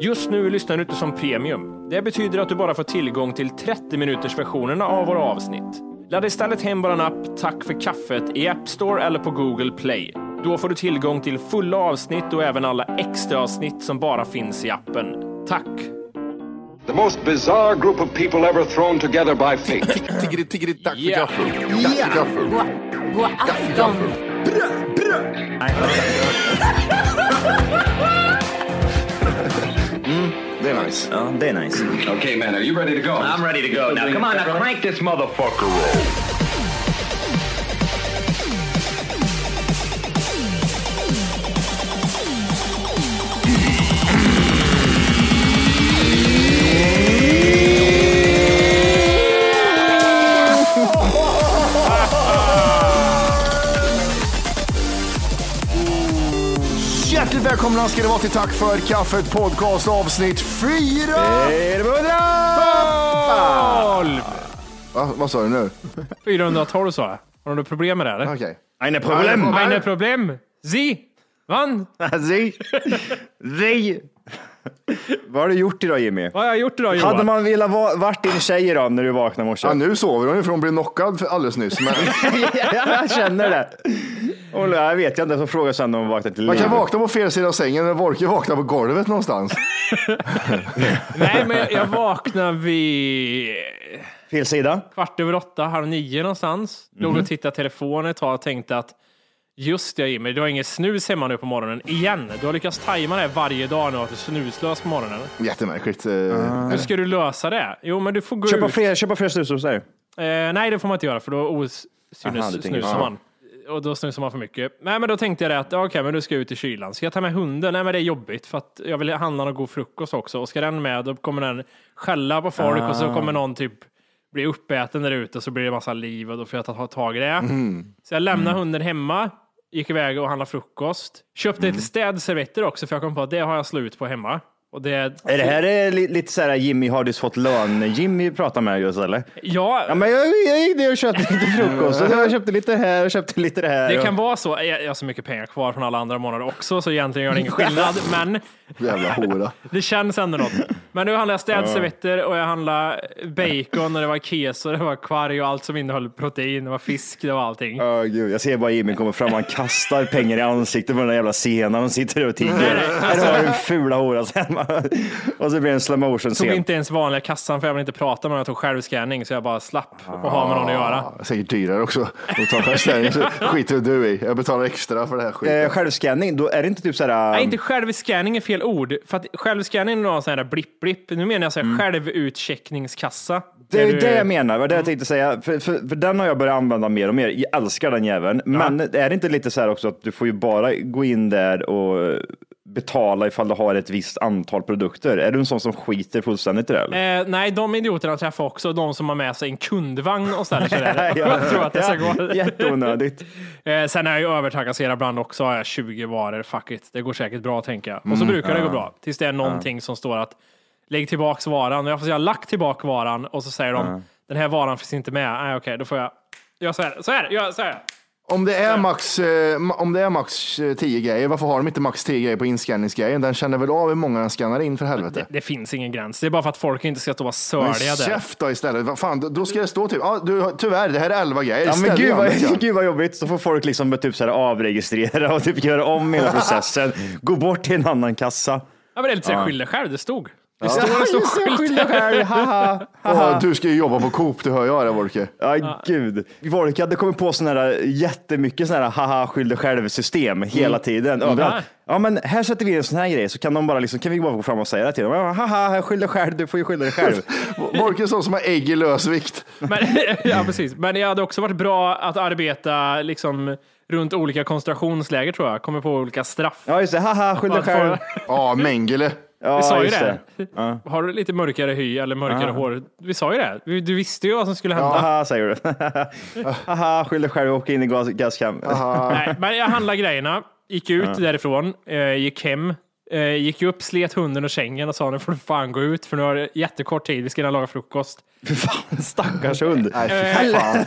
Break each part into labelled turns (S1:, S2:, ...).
S1: Just nu lyssnar du inte som premium. Det betyder att du bara får tillgång till 30 minuters versionerna av våra avsnitt. Ladda istället hem vår app Tack för kaffet i App Store eller på Google Play. Då får du tillgång till fulla avsnitt och även alla extra avsnitt som bara finns i appen. Tack!
S2: The most bizarre group of people ever thrown together by fate.
S3: Tiggeri, tiggeri, tack för
S1: Yeah.
S3: kaffe. Tack för kaffe.
S4: God afton.
S3: Det är nice.
S5: Ja, det är nice.
S2: okay, man, are you ready to go?
S5: I'm ready to go now. Come on, now crank this motherfucker roll.
S3: Hjärtligt välkomna ska det vara till Tack för kaffet podcast avsnitt 400! Va, vad sa du nu?
S1: 412 sa jag. Har du problem med det? eller?
S3: Okej.
S5: Eine
S3: Problem.
S1: Meine problem? Sie? Wann?
S5: Sie. Sie. Vad har du gjort idag Jimmy?
S1: Vad har jag gjort idag Johan?
S5: Hade man velat vara vart din tjej idag när du vaknade i morse?
S3: Ja, nu sover hon ju för hon blev knockad för alldeles nyss. Men
S5: jag känner det. Och jag vet jag inte, så frågar sen om hon vaknade till
S3: man kan
S5: livet.
S3: vakna på fel sida av sängen, men Wolke vaknar på golvet någonstans.
S1: Nej, men jag vaknade vid
S5: Fel sida.
S1: kvart över åtta, halv nio någonstans. Låg och tittade telefonen ett tag och tänkte att just det Jimmy, du har ingen snus hemma nu på morgonen igen. Du har lyckats tajma det varje dag nu att du är snuslös på morgonen.
S3: Jättemärkligt. eh,
S1: Hur ska du lösa det? Jo, men du får gå
S5: Köpa
S1: ut.
S5: fler, köpa fler snus hos dig.
S1: Eh, nej, det får man inte göra för då os-
S5: Aha,
S1: synes,
S5: du tänker-
S1: snusar
S5: ja.
S1: man. Och då snusar man för mycket. Nej, men då tänkte jag det att ja, okej, men du ska jag ut i kylan. Ska jag ta med hunden? Nej, men det är jobbigt för att jag vill handla någon god frukost också. Och ska den med, då kommer den skälla på folk och
S5: Ah.
S1: så kommer någon typ bli uppäten där ute och så blir det massa liv och då får jag ta tag i det.
S5: Mm.
S1: Så jag lämnade hunden hemma, gick iväg och handlade frukost. Köpte
S5: Mm.
S1: lite städservetter också för jag kom på att det har jag slut på hemma. Och det,
S5: Är det här eh, li, lite så här Jimmy, har du fått lön? Jimmy pratar med just eller?
S1: ja,
S5: Ja, men jag, jag gick ner och köpte lite frukost. Och jag köpte lite här och köpte lite det här.
S1: Det
S5: och-
S1: kan vara så. Jag jag har så mycket pengar kvar från alla andra månader också, så egentligen gör det ingen skillnad. Men
S3: Jävla hora.
S1: det känns ändå något. Men nu handlade jag städservetter och jag handlade bacon och det var keso, det var kvarg och allt som innehöll protein. Det var fisk, det var allting.
S5: Åh, gud. Jag ser bara Jimmy kommer fram och han kastar pengar i ansiktet på den där jävla scenen och sitter där och tigger. Här har du en fula hora. sen. och så blir det en slow motion
S1: Jag tog
S5: scen.
S1: inte ens vanliga kassan för jag vill inte prata med någon. Jag tog självscanning så jag bara slapp och ha med någon att
S5: Ah.
S1: göra.
S3: Säkert dyrare också. De tar självständigt, så skiter du i. Jag betalar extra för det här skiten.
S5: Eh, självscanning, då är det inte typ så här.
S1: Nej, inte självscanning är fel ord. För att självscanning är någon sån här blipp-blipp. Nu menar jag så här självutcheckningskassa.
S5: Mm. Det är
S1: Där
S5: ju
S1: du-
S5: det jag menar, det var det jag tänkte säga. För, för, för den har jag börjat använda mer och mer. Jag älskar den jäveln. Men är det inte lite så här också att du får ju bara gå in där och betala ifall du har ett visst antal produkter? Är du en sån som skiter fullständigt i det? Eller?
S1: Eh, nej, de idioterna träffar också de som har med sig en kundvagn och ställer sig där. Jag tror att det ska gå.
S5: Jätteonödigt.
S1: Eh, sen är jag ju övertrakasserad ibland också. Har jag 20 varor, fuck it. Det går säkert bra tänker jag.
S3: Mm.
S1: Och så brukar det gå bra. Tills det är någonting som står att lägg tillbaks varan. Och jag får säga lagt tillbaka varan och så säger de den här varan finns inte med. Nej, okej, då får jag göra så här. Så här, gör så här.
S3: Om det, är max, eh, ma- om det är max eh, 10 grejer, varför har de inte max 10 grejer på inskanningsgrejen? Den känner väl av hur många den skannar in för helvete.
S1: Det finns ingen gräns. Det är bara för att folk inte ska stå och vara
S3: Men
S1: sörliga där.
S3: käft då istället. Vad Fan, då- då ska det stå typ, ah, du, tyvärr det här är 11 grejer.
S5: Ja, men
S3: Ställ
S5: gud,
S3: igen det,
S5: vad,
S3: Jan.
S5: gud vad jobbigt. Så får folk liksom typ så här avregistrera och typ göra om hela processen. Gå bort till en annan kassa.
S1: Ja, men det är lite så här, skyll dig själv. Det stod. Det står en stor skylt.
S3: Åh, du ska ju jobba på Coop, det hör jag det Wolke.
S5: Aj, gud. Volke hade kommit på sådana här jättemycket sådana här haha skyll dig själv system hela tiden. Överallt. Ja men här sätter vi in en sån här grej så kan de bara liksom, kan vi bara gå fram och säga det till dem. Ja, Haha skyll dig själv, du får ju skylla dig själv.
S3: Wolke är sån som har ägg i lösvikt.
S1: Men, ja, precis. Men det hade också varit bra att arbeta liksom, runt olika koncentrationsläger tror jag. Kommer på olika straff.
S5: Ja just det, haha skyll dig själv.
S3: Ja, Mengele.
S5: Ja,
S1: Vi sa ju
S5: just
S1: det. Har du lite mörkare hy eller mörkare hår? Vi sa ju det. Vi- Du visste ju vad som skulle hända.
S5: Haha säger du. haha skyll dig själv och åker in i gas, gaskam.
S1: Nej, men jag handlade grejerna, gick ut därifrån, eh, gick hem, eh, gick upp, slet hunden och sängen och sa nu får du fan gå ut för nu har det jättekort tid, vi ska hinna laga frukost.
S5: Fy fan stackars hund.
S3: Nej, fy fan.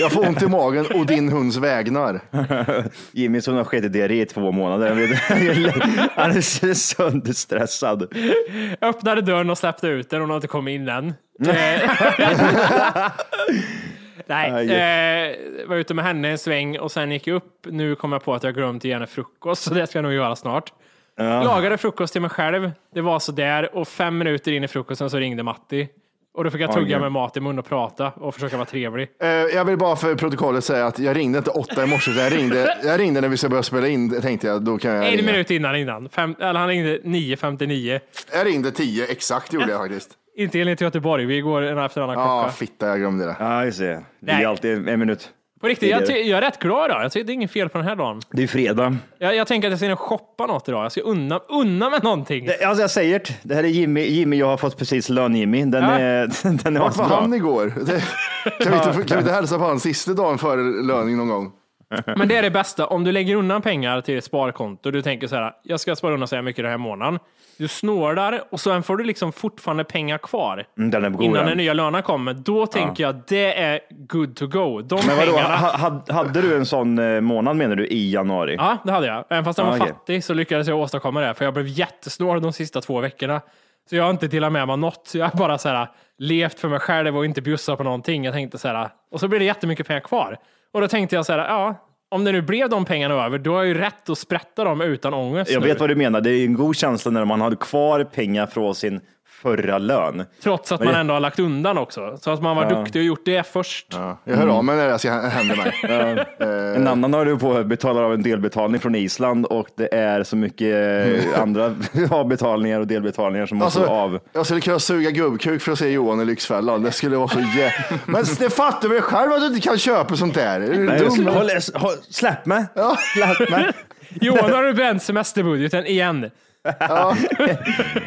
S3: Jag får ont i magen och din hunds vägnar.
S5: Jimmy som har skett i diarré i två månader. Han vet- Han är sönderstressad.
S1: Jag öppnade dörren och släppte ut den, hon har inte kommit in än. Eh, Nej, eh, var ute med henne en sväng och sen gick jag upp. Nu kom jag på att jag glömt ge henne frukost, så det ska jag nog göra snart. Lagade frukost till mig själv. Det var så där och fem minuter in i frukosten så ringde Matti. Och då fick jag tugga med mat i mun och prata och försöka vara trevlig.
S3: Eh, Jag vill bara för protokollet säga att jag ringde inte åtta i morse, utan jag ringde, jag ringde när vi ska börja spela in, det tänkte jag. Då kan jag,
S1: En
S3: ringa.
S1: minut innan innan. Fem, eller han ringde 9.59.
S3: jag ringde tio, exakt gjorde jag faktiskt.
S1: Inte enligt Göteborg, vi går en efter annan
S3: Ja,
S1: klocka.
S3: fitta, jag glömde det.
S5: Ja, just det. Det
S1: Nej.
S5: är alltid en, en minut.
S1: På riktigt, jag, ty- jag är rätt glad idag. Jag tycker det är inget fel på den här dagen.
S5: Det är fredag.
S1: Jag, jag tänker att jag ska in och shoppa något idag. Jag ska unna, unna mig någonting.
S5: Det, alltså jag säger det. Det här är Jimmy. Jimmy, jag har fått precis lön Jimmy. Den
S1: Ja.
S5: är, den är
S3: Vart var
S5: asbra.
S3: han igår? Det- Kan vi, inte, kan vi inte hälsa på honom sista dagen före löning någon gång?
S1: Men det är det bästa. Om du lägger undan pengar till ett sparkonto. Du tänker så här, jag ska spara undan så här mycket den här månaden. Du snålar och sen får du liksom fortfarande pengar kvar.
S5: Mm, Den är god.
S1: Innan
S5: den.
S1: den nya lönen kommer. Då tänker jag, det är good to go. De
S5: Men vadå,
S1: pengarna.
S5: ha, ha- hade du en sån eh, månad menar du i januari?
S1: Ja, det hade jag. Även fast jag var
S5: Ah, okej.
S1: fattig så lyckades jag åstadkomma det. För jag blev jättesnål de sista två veckorna. Så jag har inte delat med mig något. Jag har bara så här, levt för mig själv och inte bjussat på någonting. Jag tänkte så här, och så blir det jättemycket pengar kvar. Och då tänkte jag så här, ja, om det nu blev de pengarna över, då har jag ju rätt att sprätta dem utan ångest.
S5: Jag
S1: nu.
S5: vet vad du menar. Det är en god känsla när man har kvar pengar från sin förra lön.
S1: Trots att man ändå har lagt undan också. Så att man var duktig och gjort det först.
S3: Jag
S5: Mm.
S3: hör av mig när det här ska- händer mig.
S5: En annan har du på att betala av en delbetalning från Island och det är så mycket eh, andra avbetalningar och delbetalningar som måste vara av.
S3: Alltså, jag skulle kunna suga gubbkuk för att se Johan i Lyxfällan. Det skulle vara så jä... Men det fattar väl själv att du inte kan köpa sånt där? Är du
S5: Nej, jag
S3: dum?
S5: skulle- håll- håll- Släpp mig! Släpp mig!
S1: Johan, har du bränt semesterbudgeten igen?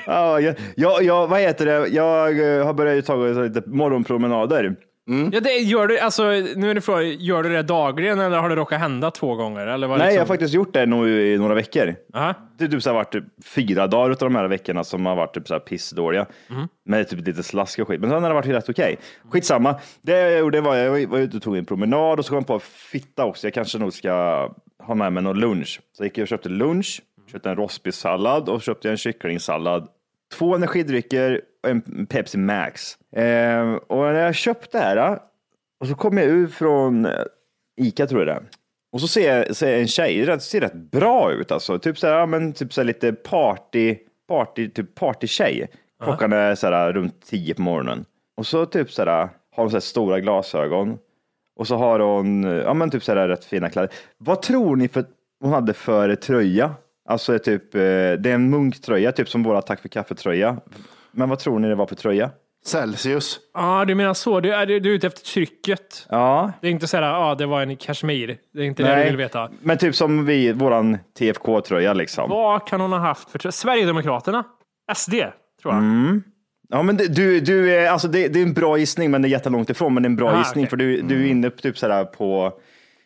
S5: Ja, jag, jag, jag, vad heter det? Jag eh, har börjat ta lite morgonpromenader. Mm.
S1: Ja, det gör du, alltså, nu är det frågan, gör du det dagligen eller har det råkat hända två gånger? Eller vad
S5: Nej,
S1: liksom?
S5: jag har faktiskt gjort det nu i några veckor.
S1: Aha.
S5: Det har typ så här varit typ fyra dagar av de här veckorna som har varit typ så här pissdåliga.
S1: Mhm.
S5: Med typ lite slask och skit. Men sen har det varit rätt okej. Skitsamma. Det jag gjorde var jag var- var ute och tog en promenad och så kom jag på fitta också. Jag kanske nog ska ha med mig någon lunch. Så jag gick jag och köpte lunch, köpte en rostbiffsallad och köpte en kycklingsallad. Två energidrycker och en Pepsi Max. Eh, och när jag köpte det här och så kom jag ut från eh, Ica tror jag det är. Och så ser jag, ser jag en tjej, det ser rätt bra ut alltså. Typ så här, ja, men typ så här lite party, party, typ partytjej. Klockan är så här runt tio på morgonen. Och så typ så här, har hon så här stora glasögon. Och så har hon, ja men typ så här rätt fina kläder. Vad tror ni för, hon hade för tröja? Alltså typ, eh, det är en munktröja, typ som våra Tack för kaffetröja. Men vad tror ni det var för tröja?
S3: Celsius.
S1: Ja, du menar så. Du är, du är ute efter trycket.
S5: Ja,
S1: Det är inte så här, ja, det var en kashmir. Det är inte det du vill veta.
S5: men typ som vi, våran TFK-tröja liksom.
S1: Vad kan hon ha haft för tryck? Sverigedemokraterna? SD, tror jag.
S5: Mm. Ja, men det- du, du, är- alltså det, det är en bra gissning, men det är jättelångt ifrån. Men det är en bra
S1: Ah,
S5: gissning,
S1: okej.
S5: för du, du är inne på, typ sådär på...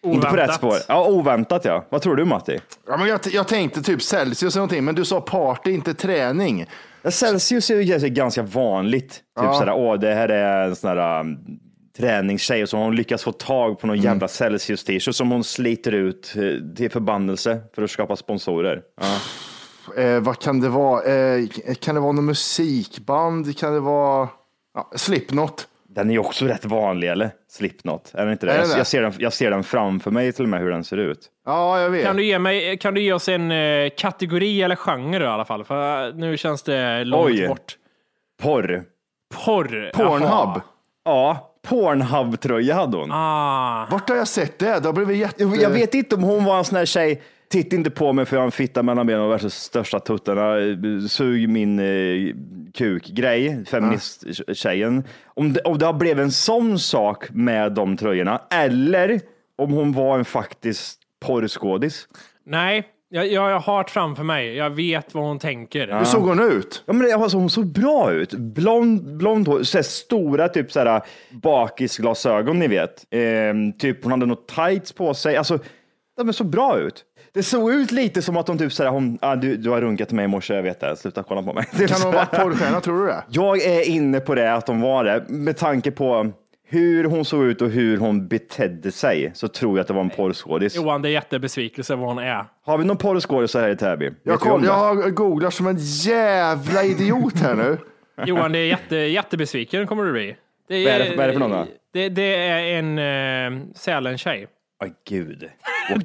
S5: Inte på
S1: Oväntat.
S5: rätt spår. Ja, oväntat ja. Vad tror du Matti?
S3: Ja, men jag, jag tänkte typ Celsius eller någonting, men du sa party, inte träning.
S5: Ja, Celsius är ju ganska- ganska vanligt. Typ sådär, åh, det här är en sån här um, träningstjej och så har hon lyckats få tag på någon jävla Celsius-t-shirt som hon sliter ut eh, till förbannelse för att skapa sponsorer. Ja.
S3: Eh, vad kan det vara? Eh, kan det vara något musikband? Kan det vara ja, Slipknot?
S5: Den är ju också rätt vanlig, eller? Slipknot, är den inte det?
S3: Är det
S5: jag,
S3: det?
S5: jag, ser den, jag ser den framför mig till och med, hur den ser ut.
S3: Ja, jag vet.
S1: Kan du, ge mig, kan du ge oss en eh, kategori eller genre i alla fall? För eh, nu känns det långt
S5: Oj.
S1: bort.
S5: Porr.
S1: Porr.
S3: Pornhub.
S1: Jaha.
S5: Ja, Pornhub-tröja hade hon.
S1: Ah.
S3: Vart har jag sett det? Det har blivit jätte...
S5: Jag vet inte om hon var en sån här tjej, titta inte på mig för jag har en fitta mellan benen och världens största tuttarna, eh, sug min eh, kuk-grej, feministtjejen. Om, det- om det har blivit en sån sak med de tröjorna, eller om hon var en faktisk porrskådis.
S1: Nej, jag, jag, jag har det framför mig. Jag vet vad hon tänker.
S3: Hur såg hon ut?
S5: Ja, men det- alltså, hon såg bra ut. Blond, blond hår, så här stora typ så här, bakisglasögon, ni vet. Ehm, typ hon hade något tights på sig. Alltså, ja, men såg bra ut. Det såg ut lite som att hon typ så här, hon, ah, du, du har runkat till mig i morse, jag vet det. Sluta kolla på mig. Typ
S3: Kan
S5: så
S3: hon
S5: här.
S3: vara porrstjärna, tror du det?
S5: Jag är inne på det att de var det. Med tanke på hur hon såg ut och hur hon betedde sig så tror jag att det var en porrskådis.
S1: Johan, det är jättebesvikelse vad hon är.
S5: Har vi någon porrskådis här i Täby? Vet vi
S3: Jag,
S5: om
S3: koll,
S5: det?
S3: jag googlar som en jävla idiot här nu.
S1: Johan, det är jätte, jättebesviken kommer du bli. Det
S5: Vad är det för- vad är det för någon då?
S1: Det, det är en uh, Sälen-tjej.
S5: Åh, gud. Åk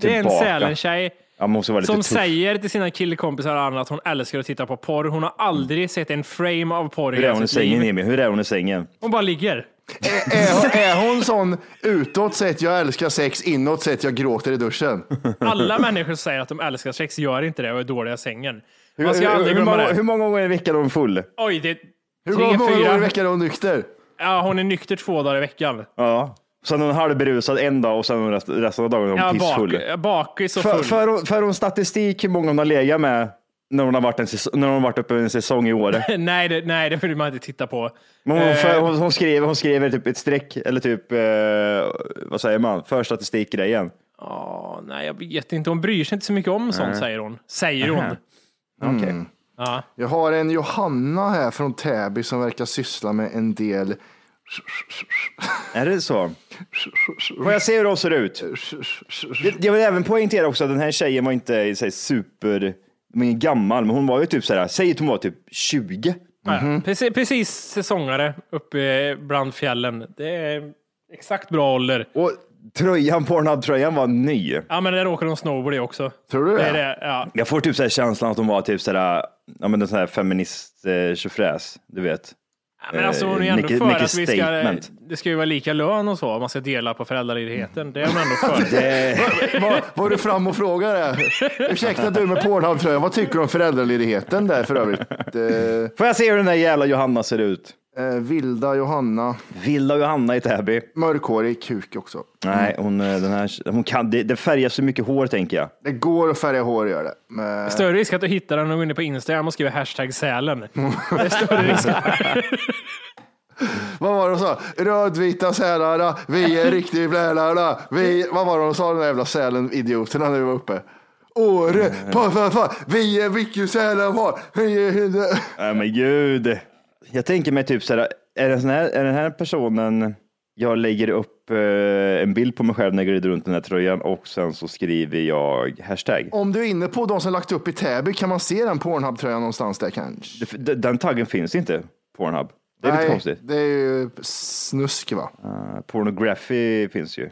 S1: Det är en
S5: tillbaka.
S1: Sälen-tjej
S5: Jag måste vara lite
S1: som
S5: tuff.
S1: säger till sina killkompisar och andra att hon älskar att titta på porr. Hon har aldrig sett en frame av porr i
S5: Hur är hon
S1: hela
S5: i
S1: sitt
S5: sängen
S1: liv.
S5: Jimmy? Hur är hon i sängen?
S1: Hon bara ligger.
S3: Är, är hon sån utåt sett jag älskar sex, inåt sett jag gråter i duschen?
S1: Alla människor som säger att de älskar sex gör inte det och är dåliga i sängen. Man ska
S5: Hur, hur,
S1: aldrig
S5: hur,
S1: glömma
S5: många, hur
S1: det.
S5: många gånger i veckan är hon full?
S1: Oj, det är
S3: Hur
S1: tre,
S3: många gånger i
S1: fyra.
S3: veckan är hon nykter?
S1: Ja, hon är nykter två dagar i veckan.
S5: Ja. Sen är hon halvberusad en dag och sen är hon rest- resten av dagen är hon
S1: Ja,
S5: pissfull.
S1: bak, bakis och full.
S5: För, för, hon- för hon statistik hur många hon har legat med när hon har varit, en säsong, när hon har varit uppe en säsong i år?
S1: nej, det, nej, det vill man inte titta på.
S5: Men hon,
S1: Eh.
S5: för, hon, hon, skriver, hon skriver typ ett streck eller typ, eh, vad säger man, för statistikgrejen.
S1: Ja, nej, jag vet inte. Hon bryr sig inte så mycket om sånt, säger hon. Säger hon.
S5: Okej.
S1: Ja.
S3: Jag har en Johanna här från Täby som verkar syssla med en del
S5: Är det så? Får jag se hur de ser ut? Jag- Jag vill även poängtera också att den här tjejen var inte i sig super men gammal, men hon var ju typ så här, säg att hon var typ 20.
S1: Ja, Precis, precis säsongare uppe bland fjällen. Det är exakt bra ålder.
S5: Och tröjan, Pornhub-tröjan var ny.
S1: Ja, men där åker de snowboard i också.
S3: Tror du det?
S1: är det ja.
S5: Jag får typ så här känslan att hon var typ så här, ja men en sån här feminist eh, tjofräs, du vet.
S1: Ja, men alltså, hon är ju
S5: Eh,
S1: ändå
S5: Nicky-
S1: för
S5: Nicky
S1: att vi ska,
S5: Statement.
S1: det ska ju vara lika lön och så, om man ska dela på föräldraledigheten. Det är hon ändå för.
S5: Det,
S3: Var, var du fram och frågade? Ursäkta du med Pornhub-tröjan, vad tycker du om föräldraledigheten där för övrigt? Eh,
S5: får jag se hur den där jävla Johanna ser ut?
S3: eh, vilda Johanna,
S5: Vilda Johanna i Täby.
S3: mörkhårig kuk också.
S5: Nej, hon, eh, den här, hon kan, det, det färgar så mycket hår tänker jag.
S3: Det går att färga hår, gör det. Men,
S1: Större risk att du hittar den och går inne på Instagram och skriver hashtag Sälen. Det är större risk.
S3: vad var det hon sa? Rödvita sälarna, vi är riktigt blälarna. Vi, vad var det hon sa, de där jävla sälen-idioterna när vi var uppe? Åre, pa, pa, pa, vi är vilken sälen var. Vi är-
S5: Nej men gud. Jag tänker mig typ så här, är den, sån här, är den här personen, jag lägger upp eh, en bild på mig själv när jag glider runt den här tröjan och sen så skriver jag hashtag.
S3: Om du är inne på de som lagt upp i Täby, kan man se den Pornhub-tröjan någonstans där kanske?
S5: Det- Den, den taggen finns inte, Pornhub. Det är lite konstigt.
S3: det är ju snusk va.
S5: Eh, Pornography finns ju.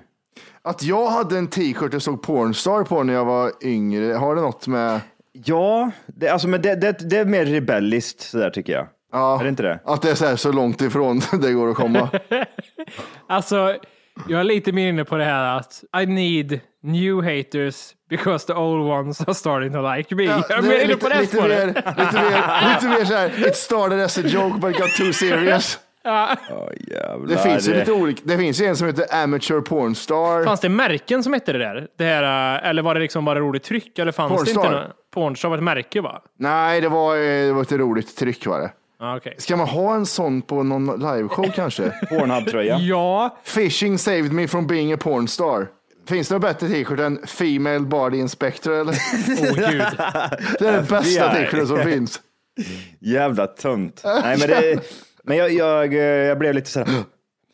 S3: Att jag hade en t-shirt det stod Pornstar på när jag var yngre, har det något med
S5: Ja, det, alltså, men det, det, det är mer rebelliskt sådär tycker jag.
S3: Ja.
S5: Är det inte det?
S3: att det är så här så långt ifrån det går att komma?
S1: Alltså, jag är lite mer inne på det här att I need new haters because the old ones are starting to like me. jag är
S3: det
S1: mer
S3: är
S1: inne på
S3: lite,
S1: det
S3: lite, mer,
S1: spåret.
S3: lite, mer, lite mer så här, it started as a joke but got too serious.
S5: Ja, jävlar.
S3: Det finns ju lite olika, det finns ju en som heter Amateur Pornstar.
S1: Fanns det märken som hette det där? Det här, eh, eller var det liksom bara roligt tryck? Eller fanns det
S3: Pornstar.
S1: inte någon? Pornstar var ett märke va?
S3: Nej, det var, eh, det var ett roligt tryck var det.
S1: Ah, okay.
S3: Ska man ha en sån på någon liveshow kanske?
S5: Pornhub-tröja.
S1: Ja,
S3: Fishing saved me from being a pornstar. Finns det någon bättre t-shirt än Female Body Inspector? Eller?
S1: åh gud.
S3: Det är den bästa
S5: FBI.
S3: t-shirten som finns.
S5: Jävla tunt. Nej, men det, men jag, jag, eh, jag blev lite sådär,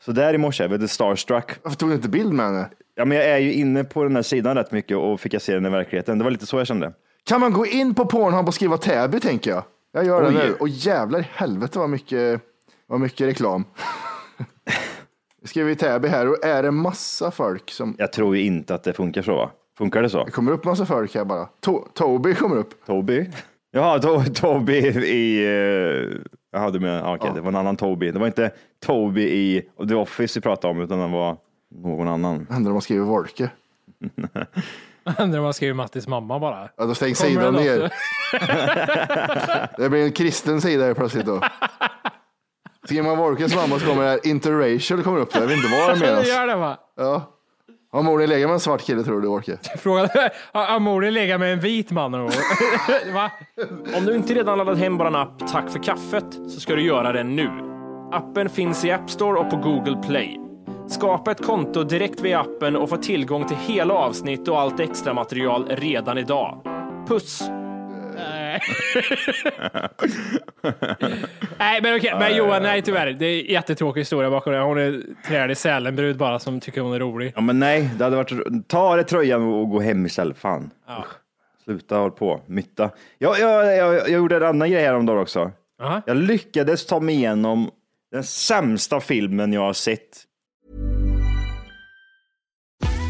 S5: så där i morse, jag blev lite starstruck.
S3: Varför tog du inte bild med henne?
S5: Ja, men jag är ju inne på den här sidan rätt mycket och fick jag se den i verkligheten. Det var lite så jag kände.
S3: Kan man gå in på Pornhub och skriva Täby tänker jag? Jag gör det
S5: Oj.
S3: nu. Och jävlar i helvete vad mycket, vad mycket reklam. Jag skriver Täby här och är det massa folk som...
S5: Jag tror ju inte att det funkar så. Va? Funkar det så?
S3: Det kommer upp massa folk här bara. To- Toby kommer upp.
S5: Toby? Jaha, To- Toby i... eh, Jaha, du menar, ja, okej, det var en annan Toby. Det var inte Toby i The Office vi pratade om, utan det var någon annan.
S3: Händer om man skriver Wolke.
S1: När man skriver Mattis mamma bara.
S3: Ja, då stängs
S1: Kommer
S3: sidan
S1: det
S3: ner.
S1: något?
S3: Det blir en kristen sida här plötsligt då. Skriver man Wolkes mamma så kommer det här interracial kommer upp där. Jag vet inte vad det
S1: Det
S3: menas.
S1: gör det va?
S3: Ja. Har mor legat med en svart kille tror du Wolke?
S1: Frågade, har har Mori legat med en vit man någon gång? Va?
S4: Om du inte redan laddat hem bara app Tack för kaffet så ska du göra det nu. Appen finns i App Store och på Google Play. Skapa ett konto direkt via appen och få tillgång till hela avsnitt och allt extra material redan idag. Puss!
S1: Nej, men okej. Men Johan, nej tyvärr. Det är en jättetråkig historia bakom det. Hon är trälig Sälenbrud bara som tycker hon är rolig.
S5: Ja, men nej, det hade varit... Ta det tröjan och gå hem istället. Fan.
S1: Ja.
S5: Sluta håll på, mytta. Jag, jag, jag, jag gjorde en annan grej häromdagen också.
S1: Aha.
S5: Jag lyckades ta mig igenom den sämsta filmen jag har sett.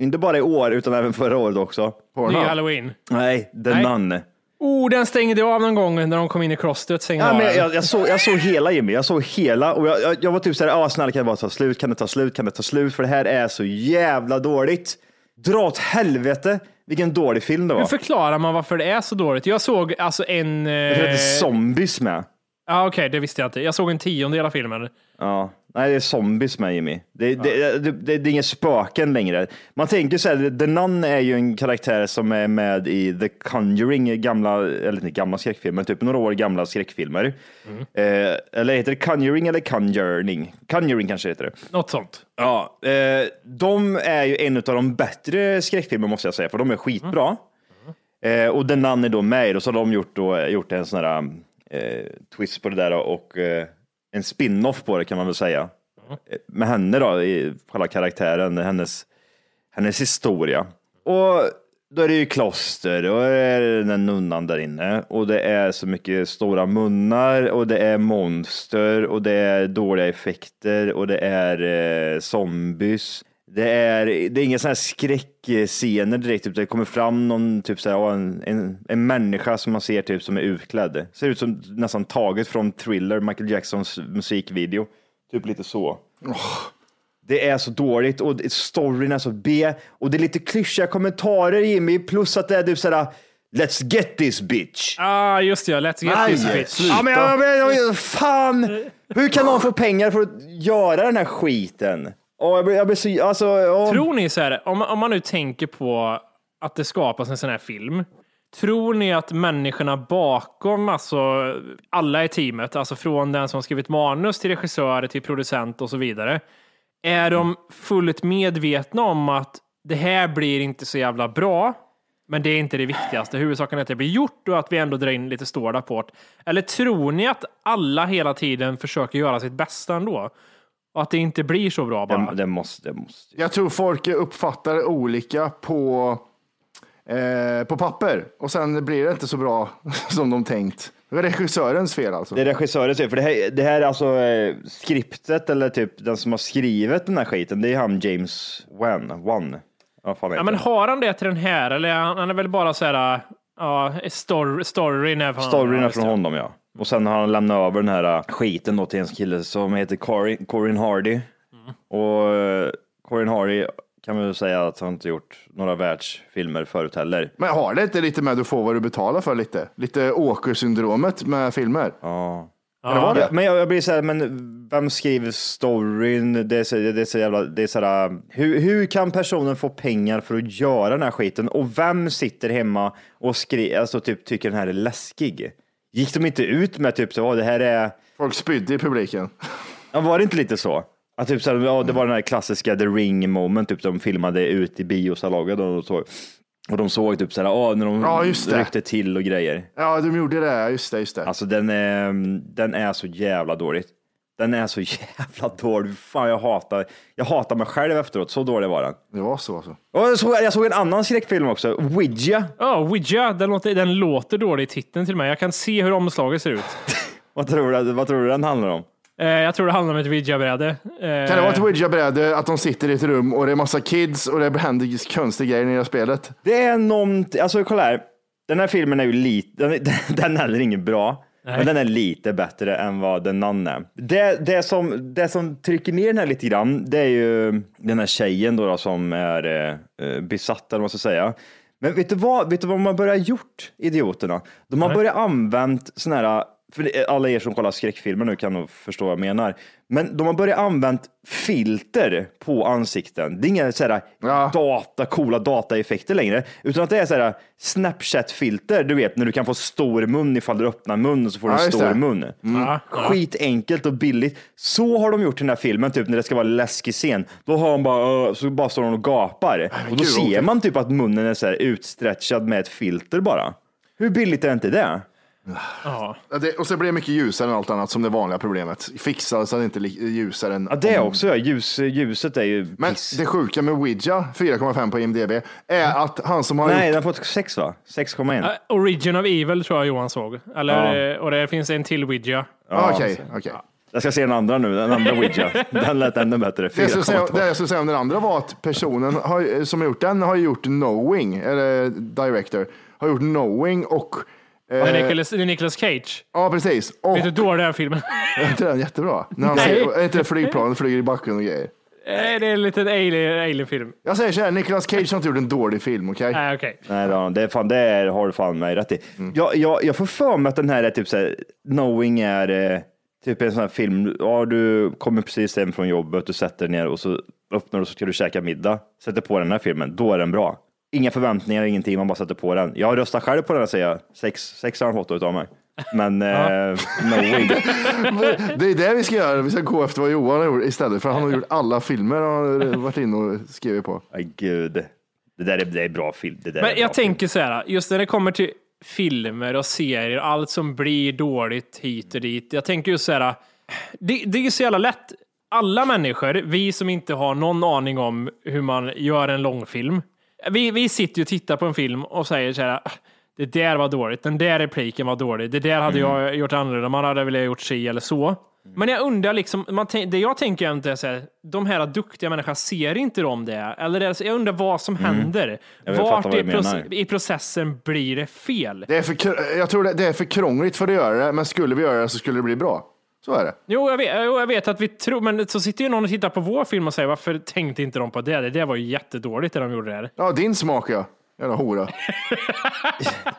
S5: Inte bara i år, utan även förra året också.
S1: Ny
S3: Pornhub.
S1: halloween.
S5: Nej, The
S1: Nej.
S5: Nun.
S1: Oh, den stängde av någon gång när de kom in i klostret. Stängde
S5: Ja,
S1: av
S5: men
S1: den.
S5: jag, jag, såg, jag såg hela Jimmy, jag såg hela och jag, jag, jag var typ såhär, ah, snälla kan det bara ta slut, kan det ta slut, kan det ta slut, för det här är så jävla dåligt. Dra åt helvete, vilken dålig film det var.
S1: Hur förklarar man varför det är så dåligt? Jag såg alltså en... eh,
S5: För att det är zombies med.
S1: Ja, okej, det visste jag inte. Jag såg en tiondel av filmen.
S5: Ja. Nej, det är zombies med Jimmy. Det, det, det, det, det är inga spöken längre. Man tänker så här, The Nun är ju en karaktär som är med i The Conjuring, gamla, eller inte gamla skräckfilmer, typ några år gamla skräckfilmer. Eh, eller heter det Conjuring eller Conjuring? Conjuring kanske heter det.
S1: Något sånt.
S5: Ja, eh, de är ju en av de bättre skräckfilmer måste jag säga, för de är skitbra. Eh, och den Nun är då med i det, och så har de gjort, då, gjort en sån här eh, twist på det där och eh, en spin-off på det kan man väl säga. Eh, Med henne då, i själva karaktären, hennes, hennes historia. Och då är det ju kloster och det är den där nunnan där inne och det är så mycket stora munnar och det är monster och det är dåliga effekter och det är eh, zombies. Det är, det är inga sådana här skräckscener direkt, typ, det kommer fram någon, typ så här, ja, en, en, en människa som man ser typ som är utklädd. Ser ut som nästan taget från Thriller, Michael Jacksons musikvideo. Typ lite så. Det är så dåligt och det- storyn är så B och det är lite klyschiga kommentarer Jimmy plus att det är typ såhär Let's get this bitch.
S1: Ah, just det. ja. Let's get
S3: Nej,
S1: this bitch.
S3: sluta.
S5: Ja, men, jag- jag- jag- jag- fan! Hur kan någon få pengar för att göra den här skiten? Oh, jag blir, jag blir så, alltså, ja.
S1: Tror ni så här, om, om man nu tänker på att det skapas en sån här film, tror ni att människorna bakom, alltså alla i teamet, alltså från den som skrivit manus till regissör till producent och så vidare, är de fullt medvetna om att det här blir inte så jävla bra, men det är inte det viktigaste. Huvudsaken är att det blir gjort och att vi ändå drar in lite stor rapport. Eller tror ni att alla hela tiden försöker göra sitt bästa ändå? Och att det inte blir så bra bara?
S5: Det, det måste, det måste.
S3: Jag tror folk uppfattar det olika på, eh, på papper och sen blir det inte så bra som de tänkt. Det var regissörens fel alltså.
S5: Det är regissören säger, för det här, det här är alltså eh, skriptet eller typ den som har skrivit den här skiten, det är han James Wan. Wan. Vad fan
S1: Ja,
S5: heter
S1: men
S5: han?
S1: har han det till den här? Eller är han, han är väl bara så här, äh, ja, story, storyn är från
S5: Storyn
S1: ja,
S5: är
S1: just
S5: från
S1: det.
S5: honom ja. Och sen har han lämnat över den här äh, skiten då till en kille som heter Corin, Corin Hardy.
S1: Mm.
S5: Och äh, Corin Hardy kan man väl säga att han inte gjort några världsfilmer förut heller.
S3: Men har det inte lite med du får vad du betalar för lite? Lite åkersyndromet med filmer.
S5: Ja. Men, det var det. men jag, jag blir så här, men vem skriver storyn? Det är så, det är så jävla, det är så här, äh, hur, hur kan personen få pengar för att göra den här skiten? Och vem sitter hemma och skriver, alltså typ tycker den här är läskig? Gick de inte ut med typ så, "Åh, det här är,
S3: Folk spydde i publiken.
S5: ja, var det inte lite så? Att typ så här, ja, det var den här klassiska the ring moment, typ de filmade ut i biosalagen och så. Och de såg typ så här, "Åh, när de
S3: Ja, just det.
S5: ryckte till och grejer.
S3: Ja, de gjorde det. Just det, just det.
S5: Alltså den är, den är så jävla dålig. Den är så jävla dålig. Fan, jag hatar, jag hatar mig själv efteråt. Så dålig var den.
S3: Det var så alltså.
S5: Och jag, såg, jag såg en annan skräckfilm också. Ouija.
S1: Ja, Ouija, den låter, den låter dålig i titeln till mig. Jag kan se hur omslaget ser ut.
S5: Vad tror du, vad tror du den handlar om?
S1: Eh, jag tror det handlar om ett Ouija-bräde. Eh,
S3: Kan det vara ett Ouija-bräde att de sitter i ett rum och det är massa kids och det händer konstiga grejer i det här spelet?
S5: Det är någonting, alltså kolla här. Den här filmen är ju lite, den, den är heller ingen bra. Men den är lite bättre än vad den andra är. Det, det, som, det som trycker ner den här lite grann, det är ju den här tjejen då, då som är eh, eh, besatt eller vad man ska säga. Men vet du vad, vet du vad man börjar gjort, idioterna? De har börjat använt sådana här, för det- alla er som kollar skräckfilmer nu kan nog förstå vad jag menar. Men de har börjat använt filter på ansikten. Det är inga så här
S3: Ja.
S5: data, coola dataeffekter längre, utan att det är så här Snapchat-filter, du vet när du kan få stor mun ifall du öppnar munnen så får du
S3: Ja,
S5: en
S3: just
S5: stor
S3: det. Mm.
S5: mun. Skitenkelt och billigt. Så har de gjort i den här filmen, typ när det ska vara läskig scen. Då har de bara, "Åh", så bara står de och gapar. Och då
S3: gud, vad
S5: ser man typ att munnen är så här utstretchad med ett filter bara. Hur billigt är inte det?
S1: ja.
S3: Ja, det, och så blir det mycket ljusare än allt annat som det vanliga problemet. Fixa så att det inte är li- ljusare än...
S5: Ja, det också. Ja. Ljus, ljuset är ju
S3: Men
S5: piss. Mm.
S3: det sjuka med Ouija, 4,5 på IMDB, är att han som har
S5: Nej,
S3: gjort...
S5: den har fått 6 va? 6,1.
S1: Eh, Origin of Evil tror jag Johan såg. Eller, eh, Och det finns en till Ouija.
S3: Ah, Okej, okej.
S5: Jag ska se den andra nu, den andra Ouija. Den lät ännu bättre.
S3: Det jag skulle säga-
S5: 4,2.
S3: det jag skulle säga om den andra var att personen har, som har gjort den har gjort Knowing, eller director, har gjort Knowing och...
S1: Det är
S3: Eh,
S1: Nicolas, det är Nicolas Cage.
S3: ja, precis. Och,
S1: Vet du hur dålig den här filmen
S3: är inte den jättebra? När han
S1: Nej.
S3: ser, är inte det flygplanet flyger i backen och grejer?
S1: är? Eh, Det är en liten alien- alien-film.
S3: Jag säger så här, Nicolas Cage har inte gjort en dålig film, okej?
S1: Nej, okej.
S5: Nej, det har- det, är fan, det är, har du fan mig rätt i.
S3: Mm.
S5: Jag, jag, jag får för mig att den här är typ så här, Knowing är eh, typ en sån här film. Ja, du kommer precis hem från jobbet, du sätter dig ner och så öppnar du och så ska du käka middag. Sätter på den här filmen, då är den bra. Inga förväntningar, ingenting, man bara sätter på den. Jag röstar själv på den här säger jag. Sex, sex har han fått utav mig. Men eh, Knowing.
S3: Det är det vi ska göra, vi ska gå efter vad Johan har gjort istället, för han har gjort alla filmer han har varit inne och skrivit på.
S5: Ay, gud. Det där är, det är bra film. Det där är
S1: Men
S5: bra
S1: jag tänker så här, just när det kommer till filmer och serier, allt som blir dåligt hit och dit. Jag tänker just så här, det, det är ju så jävla lätt. Alla människor, vi som inte har någon aning om hur man gör en långfilm. Vi, vi sitter ju och tittar på en film och säger så här, det där var dåligt, den där repliken var dålig, det där hade
S5: Mm.
S1: jag gjort annorlunda, man hade velat gjort si eller så. Men jag undrar, liksom, man tän- det jag tänker är inte så här, de här duktiga människorna, ser inte de det? Eller det, är- jag undrar vad som
S5: Mm.
S1: händer.
S5: Jag fattar
S1: Vart
S5: vad du
S1: i, proce-
S5: menar.
S1: i processen blir det fel?
S3: Det är för, kr- jag tror det, det är för krångligt för att göra det, men skulle vi göra det så skulle det bli bra. Så är det.
S1: Jo, jag vet, jo, jag vet att vi tror, men så sitter ju någon och tittar på vår film och säger varför tänkte inte de på det? Det där var ju jättedåligt det de gjorde där.
S3: Ja, din smak ja. Jävla hora.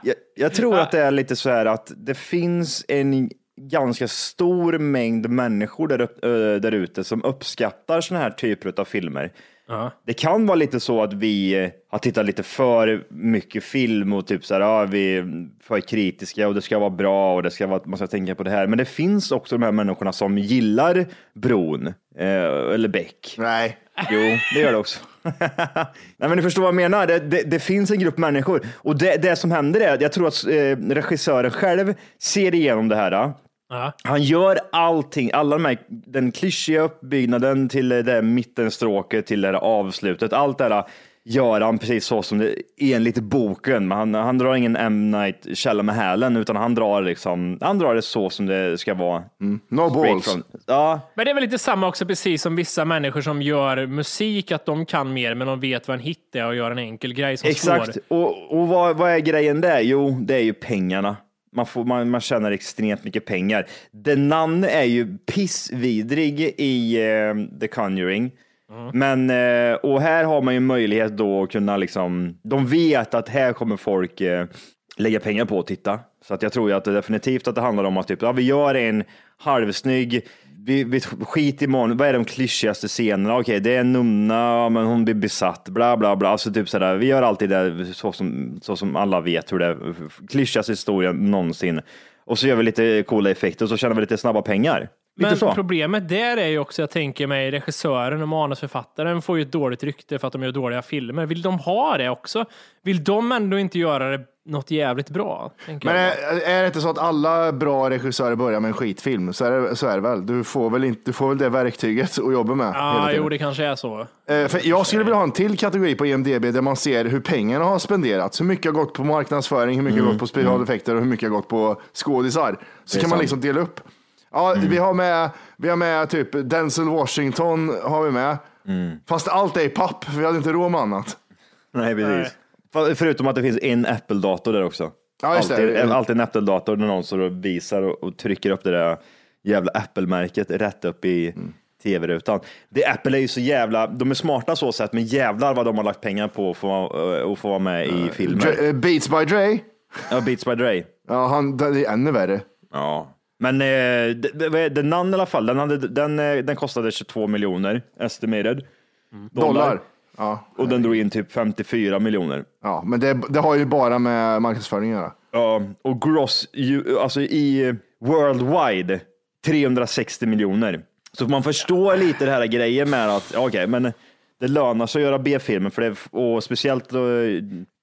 S5: Jag, jag tror att det är lite så här att det finns en ganska stor mängd människor där, upp, ö, där ute som uppskattar sådana här typer av filmer. Det kan vara lite så att vi eh, har tittat lite för mycket film och typ så här, ja, vi är för kritiska och det ska vara bra och det ska vara, man ska tänka på det här. Men det finns också de här människorna som gillar Bron eh, eller Beck.
S3: Nej.
S5: Jo, det gör det också. Nej, men ni förstår vad jag menar. Det, det, det finns en grupp människor och det, det som händer är att jag tror att eh, regissören själv ser igenom det här. då. Han gör allting, alla de här, den klyschiga uppbyggnaden till det där mittenstråket, till det där avslutet, allt det där gör han precis så som det enligt boken. Men han, han drar ingen M. Night Shyamalan utan han drar liksom, han drar det så som det ska vara.
S3: No balls.
S5: Straight from- Ja,
S1: Men det är väl lite samma också, precis som vissa människor som gör musik, att de kan mer, men de vet vad en hit är och gör en enkel grej som
S5: Exakt,
S1: slår.
S5: och, och vad, vad är grejen där? Jo, det är ju pengarna. Man, får, man, man tjänar extremt mycket pengar. The Nun är ju pissvidrig i eh, The Conjuring.
S1: Mm.
S5: Men, eh, och här har man ju möjlighet då att kunna liksom, de vet att här kommer folk eh, lägga pengar på och titta. Så att jag tror ju att det är definitivt att det handlar om att typ, ja, vi gör en halvsnygg, vi, vi skit i morgon, vad är de klyschigaste scenerna? Okej, det är en nunna, ja, men hon blir besatt, bla bla bla. Alltså typ sådär, vi gör alltid det så som, så som alla vet hur det är, klyschigaste historien någonsin. Och så gör vi lite coola effekter och så tjänar vi lite snabba pengar. Lite
S1: Men
S5: så.
S1: problemet där är ju också, jag tänker mig, regissören och manusförfattaren får ju ett dåligt rykte för att de gör dåliga filmer. Vill de ha det också? Vill de ändå inte göra det något jävligt bra? tänker
S3: Men eh,
S1: jag.
S3: är, är det inte så att alla bra regissörer börjar med en skitfilm? Så är det, så är det väl. Du får väl, inte, du får väl det verktyget att jobba med. hela
S1: ah,
S3: tiden.
S1: jo, det kanske är så.
S3: Eh, För jag skulle vilja ha en till kategori på IMDB där man ser hur pengarna har spenderats. Hur mycket har gått på marknadsföring, hur mycket har gått på specialeffekter och hur mycket har gått på skådisar. Så kan man liksom dela upp. Ja, vi, har med, vi har med typ Denzel Washington har vi med. Fast allt är i papp, för vi hade inte råd med annat.
S5: Nej, precis. För- Förutom att det finns en Apple-dator där också.
S3: Ja, just det.
S5: alltid, en- alltid en Apple-dator där någon står och visar och, och trycker upp det där jävla Apple-märket rätt upp i
S3: Mm.
S5: tv-rutan. Det, Apple är ju så jävla, de är smarta så sätt, men jävlar vad de har lagt pengar på att få, vara- eh, att få vara med i filmer.
S3: Dre- eh, Beats by Dre,
S5: Ja, Beats by Dre.
S3: ja, han, det är ännu värre.
S5: Ja. Men eh, d- d- vad är- den namn i alla fall, den, hade, den, eh, den kostade 22 miljoner estimated.
S3: Mm. Dollar. Ja,
S5: Och den drog in typ 54 miljoner.
S3: ja, men det, det har ju bara med marknadsföring att göra.
S5: Ja, och gross, ju- alltså i worldwide 360 miljoner. Så man förstår lite det här grejen med att, ja, okej, men det lönar sig att göra B-filmer för det, och speciellt eh,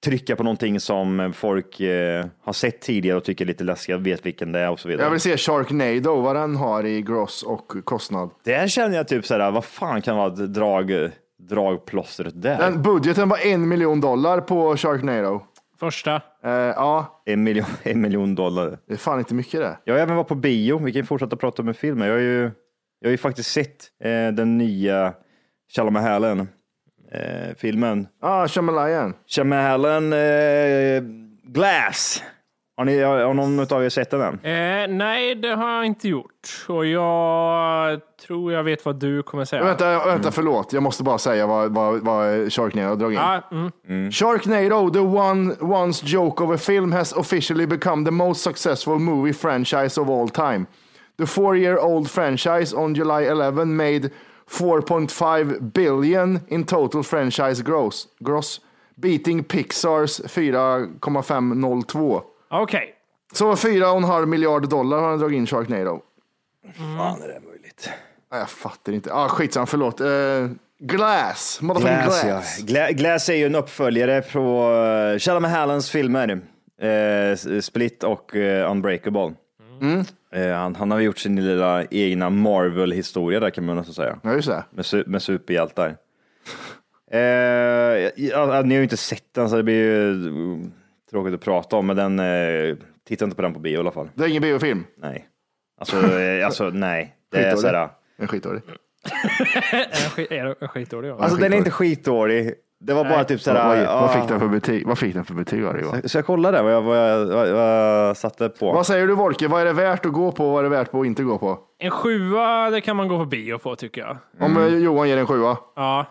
S5: trycka på någonting som folk eh, har sett tidigare och tycker är lite läskiga, vet vilken det är och så vidare.
S3: Jag vill se Sharknado, vad den har i gross och kostnad.
S5: Där känner jag typ så här, vad fan kan vara ett drag, dragplåstret där?
S3: Den budgeten var en miljon dollar på Sharknado.
S1: Första.
S3: Eh, ja,
S5: En, miljon, en miljon dollar.
S3: det är fan inte mycket det.
S5: Jag har även varit på bio. Vi kan fortsätta prata om en film. Jag har ju, jag har ju faktiskt sett eh, den nya Shalamahalan eh, filmen.
S3: Ah, Shamalayan.
S5: Shalamahalan eh, Glass. Har, ni, har, har någon av er sett den än?
S1: Eh, nej, det har jag inte gjort. Och jag tror jag vet vad du kommer säga.
S3: Vänta, vänta förlåt. Jag måste bara säga vad, vad, vad Sharknado har dragit in.
S1: Ja, mm.
S3: Sharknado, the one once joke of a film, has officially become the most successful movie franchise of all time. The four-year-old franchise on July 11 made 4.5 billion in total franchise gross, gross beating Pixars 4,502.
S1: Okej.
S3: Så 4,5 miljard dollar har han dragit in Sharknado.
S5: Fan, är det möjligt?
S3: Nej, Jag fattar inte. Ah, skitsamma, förlåt. Eh, glass. Motherfucking
S5: Glass,
S3: glass.
S5: ja. Gla- Glass är ju en uppföljare på eh, Shalamahalans filmer. Eh, S- Split och eh, Unbreakable. Eh, han, han har ju gjort sin lilla egna Marvel-historia där kan man nästan säga.
S3: Ja, just det.
S5: Med, su- med superhjältar. eh, ja, ja, ni har ju inte sett den så det blir ju eh, tråkigt att prata om, men den, eh, titta inte på den på bio i alla fall.
S3: Det är ingen biofilm.
S5: Nej. Alltså, eh, alltså nej. Det är
S3: Skitdålig.
S5: såhär, eh,
S1: Är jag skit-
S3: Den är skitdålig.
S1: Är jag skitdålig? Ja.
S5: alltså den är inte skitdålig. Det var bara typ
S3: Vad,
S5: såhär.
S3: vad,
S5: ah.
S3: fick den för betyg? vad fick den för betyg? Var det, Johan?
S5: Så jag kollade där vad jag, vad jag, vad jag satte på.
S3: Vad säger du Volke? Vad är det värt att gå på och vad är det värt att inte gå på?
S1: En sjua, det kan man gå på bio på tycker jag.
S3: Om eh,
S5: Mm.
S3: Johan ger en sjua.
S1: Ja.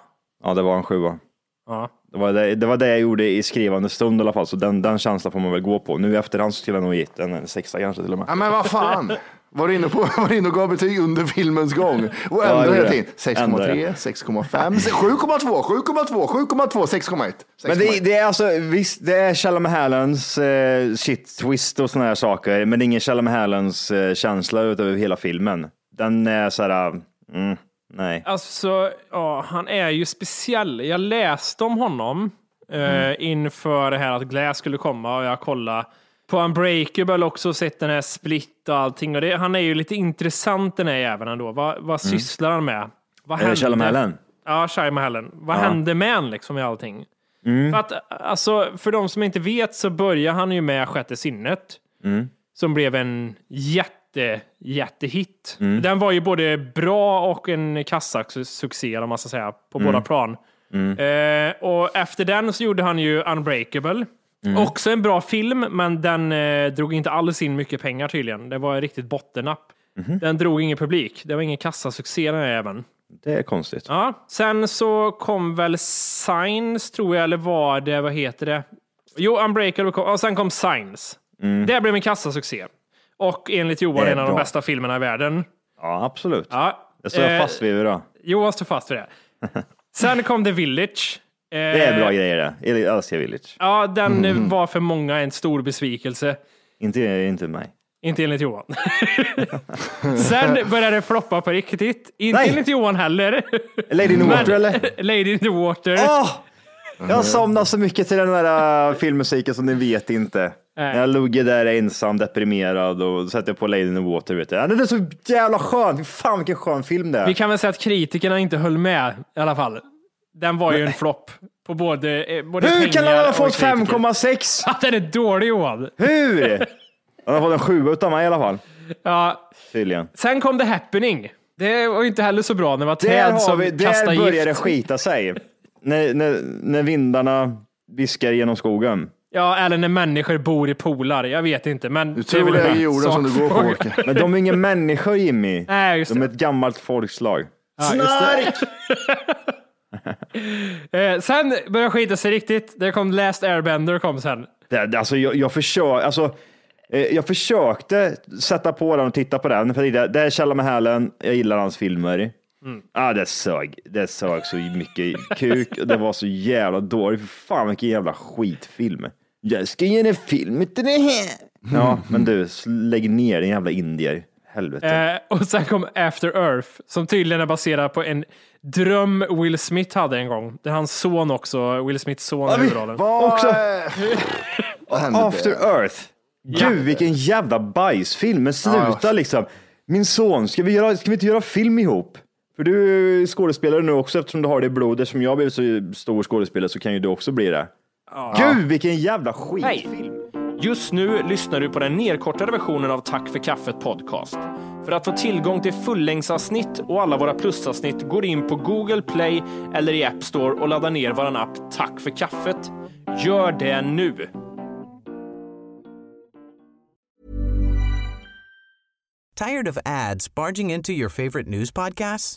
S5: Ja, det var en sjua.
S1: ja.
S5: Det var det, det var det jag gjorde i skrivande stund i alla fall, så den, den känslan får man väl gå på. Nu i efterhand så skulle jag nog gett en, en sexa kanske till och med.
S3: Ja, men vad fan. Var du inne, på, var du inne och gav betyg under filmens gång? Och
S5: jag
S3: ändrade
S5: gjorde
S3: hela
S5: det.
S3: tiden. 6,3,
S5: Ändrade.
S3: 6,5, 7,2, 7,2, 7,2, 6,1.
S1: Liksom.
S5: Men det,
S3: 6,1.
S5: det är alltså, visst, det är Shella Mahalans eh, shit twist och såna här saker, men det är ingen Shella Mahalans eh, känsla över hela filmen. Den är så här, mm, nej.
S1: Alltså, ja, han är ju speciell. Jag läste om honom
S5: Mm.
S1: eh, inför det här att Glass skulle komma och jag kollade på Unbreakable också och sett den här Split och allting. Och det, han är ju lite intressant den här jäveln ändå. Vad, vad sysslar han med? Vad
S5: Mm. Är det Shella Mahalan?
S1: Ja, Shyamalan. Vad hände med han liksom i allting?
S5: Mm.
S1: För, att, alltså, för de som inte vet så börjar han ju med Sjätte sinnet som blev en jätte, jättehit. Den var ju både bra och en kassasuccé, om man ska säga, på båda plan. Eh, och efter den så gjorde han ju Unbreakable. Också en bra film, men den eh, drog inte alls in mycket pengar tydligen. Det var ett riktigt bottennapp. Den drog ingen publik. Det var ingen kassasuccé den här även.
S5: Det är konstigt.
S1: Ja, sen så kom väl Signs, tror jag, eller var det, vad heter det? Jo, Unbreakable kom, och sen kom Signs. Det blev en kassasuccé. Och enligt Johan
S5: Mm. Det är
S1: en av de
S5: bra.
S1: bästa filmerna i världen.
S5: Ja, absolut.
S1: Ja,
S5: Det står jag
S1: eh,
S5: fast vid idag.
S1: Johan står fast vid det. Sen kom The Village. Eh,
S5: Det är bra Mm. grejer det. Jag älskar Village.
S1: Ja, den eh, var för många en stor besvikelse.
S5: Inte, inte mig.
S1: Inte enligt Johan. Sen började det floppa på riktigt. Inte
S5: Nej.
S1: enligt Johan heller.
S5: Lady in the Water eller?
S1: Lady in the Water.
S5: Åh! Jag somnade så mycket till den där äh, filmmusiken som ni vet inte.
S1: Nej.
S5: När jag låg där ensam, deprimerad och satte jag på Lady in the Water. Vet du. Ja, Den är så jävla skön. Fy fan vilken skön film det är.
S1: Vi kan väl säga att kritikerna inte höll med i alla fall. Den var ju en flopp på både, eh, både
S5: Hur kan
S1: pengar
S5: den ha
S1: och
S5: fått
S1: kritiker.
S5: 5,6?
S1: Att den är dålig Johan.
S5: Hur? Den har fått en sjua utav mig i alla fall.
S1: Ja.
S5: Tydligen.
S1: Sen kom The Happening. Det var ju inte heller så bra när det var
S5: Där,
S1: Ted
S5: har
S1: som
S5: vi,
S1: kastade
S5: där börjar det
S1: gift.
S5: skita sig. när, när, när vindarna viskar genom skogen.
S1: Ja, eller när människor bor i polar. Jag vet inte, men...
S3: Du tror det är jorden som du går på Åke.
S5: Men de är inga människor Jimmy.
S1: Nej, just
S5: De är
S1: det.
S5: ett gammalt folkslag.
S1: Eh, sen började skita sig riktigt. Det kom Last Airbender kom sen.
S5: Det, det- alltså, jag, jag, försök, alltså, eh, jag försökte sätta på den och titta på den. För jag tänkte, det är Kjell Hälen, jag gillar hans filmer. Ah, det sög. Det sög så mycket kuk och det var så jävla dåligt. Fy Fan vilken jävla skitfilm. Jag ska göra en film till det här. Ja, men du, s- lägg ner din jävla indier. Helvete.
S1: Eh, och sen kom After Earth, som tydligen är baserad på en dröm Will Smith hade en gång. Det är hans son också, Will Smiths son i huvudrollen.
S3: Vad-
S5: Också-
S3: Vad hände
S5: After
S3: där?
S5: Earth. Gud, vilken jävla bajsfilm.
S3: Ja,
S5: Men sluta
S3: ja.
S5: liksom. Min son, ska vi, göra, ska vi inte göra film ihop? För du är skådespelare nu också eftersom du har det i blodet. Som jag blev så stor skådespelare så kan ju du också bli det. Gud, vilken jävla skitfilm.
S4: Just nu lyssnar du på den nedkortade versionen av Tack för kaffet podcast. För att få tillgång till fullängdsavsnitt och alla våra plusavsnitt går in på Google Play eller i App Store och laddar ner vår app Tack för kaffet. Gör det nu!
S6: Tired of ads barging into your favorite news podcasts?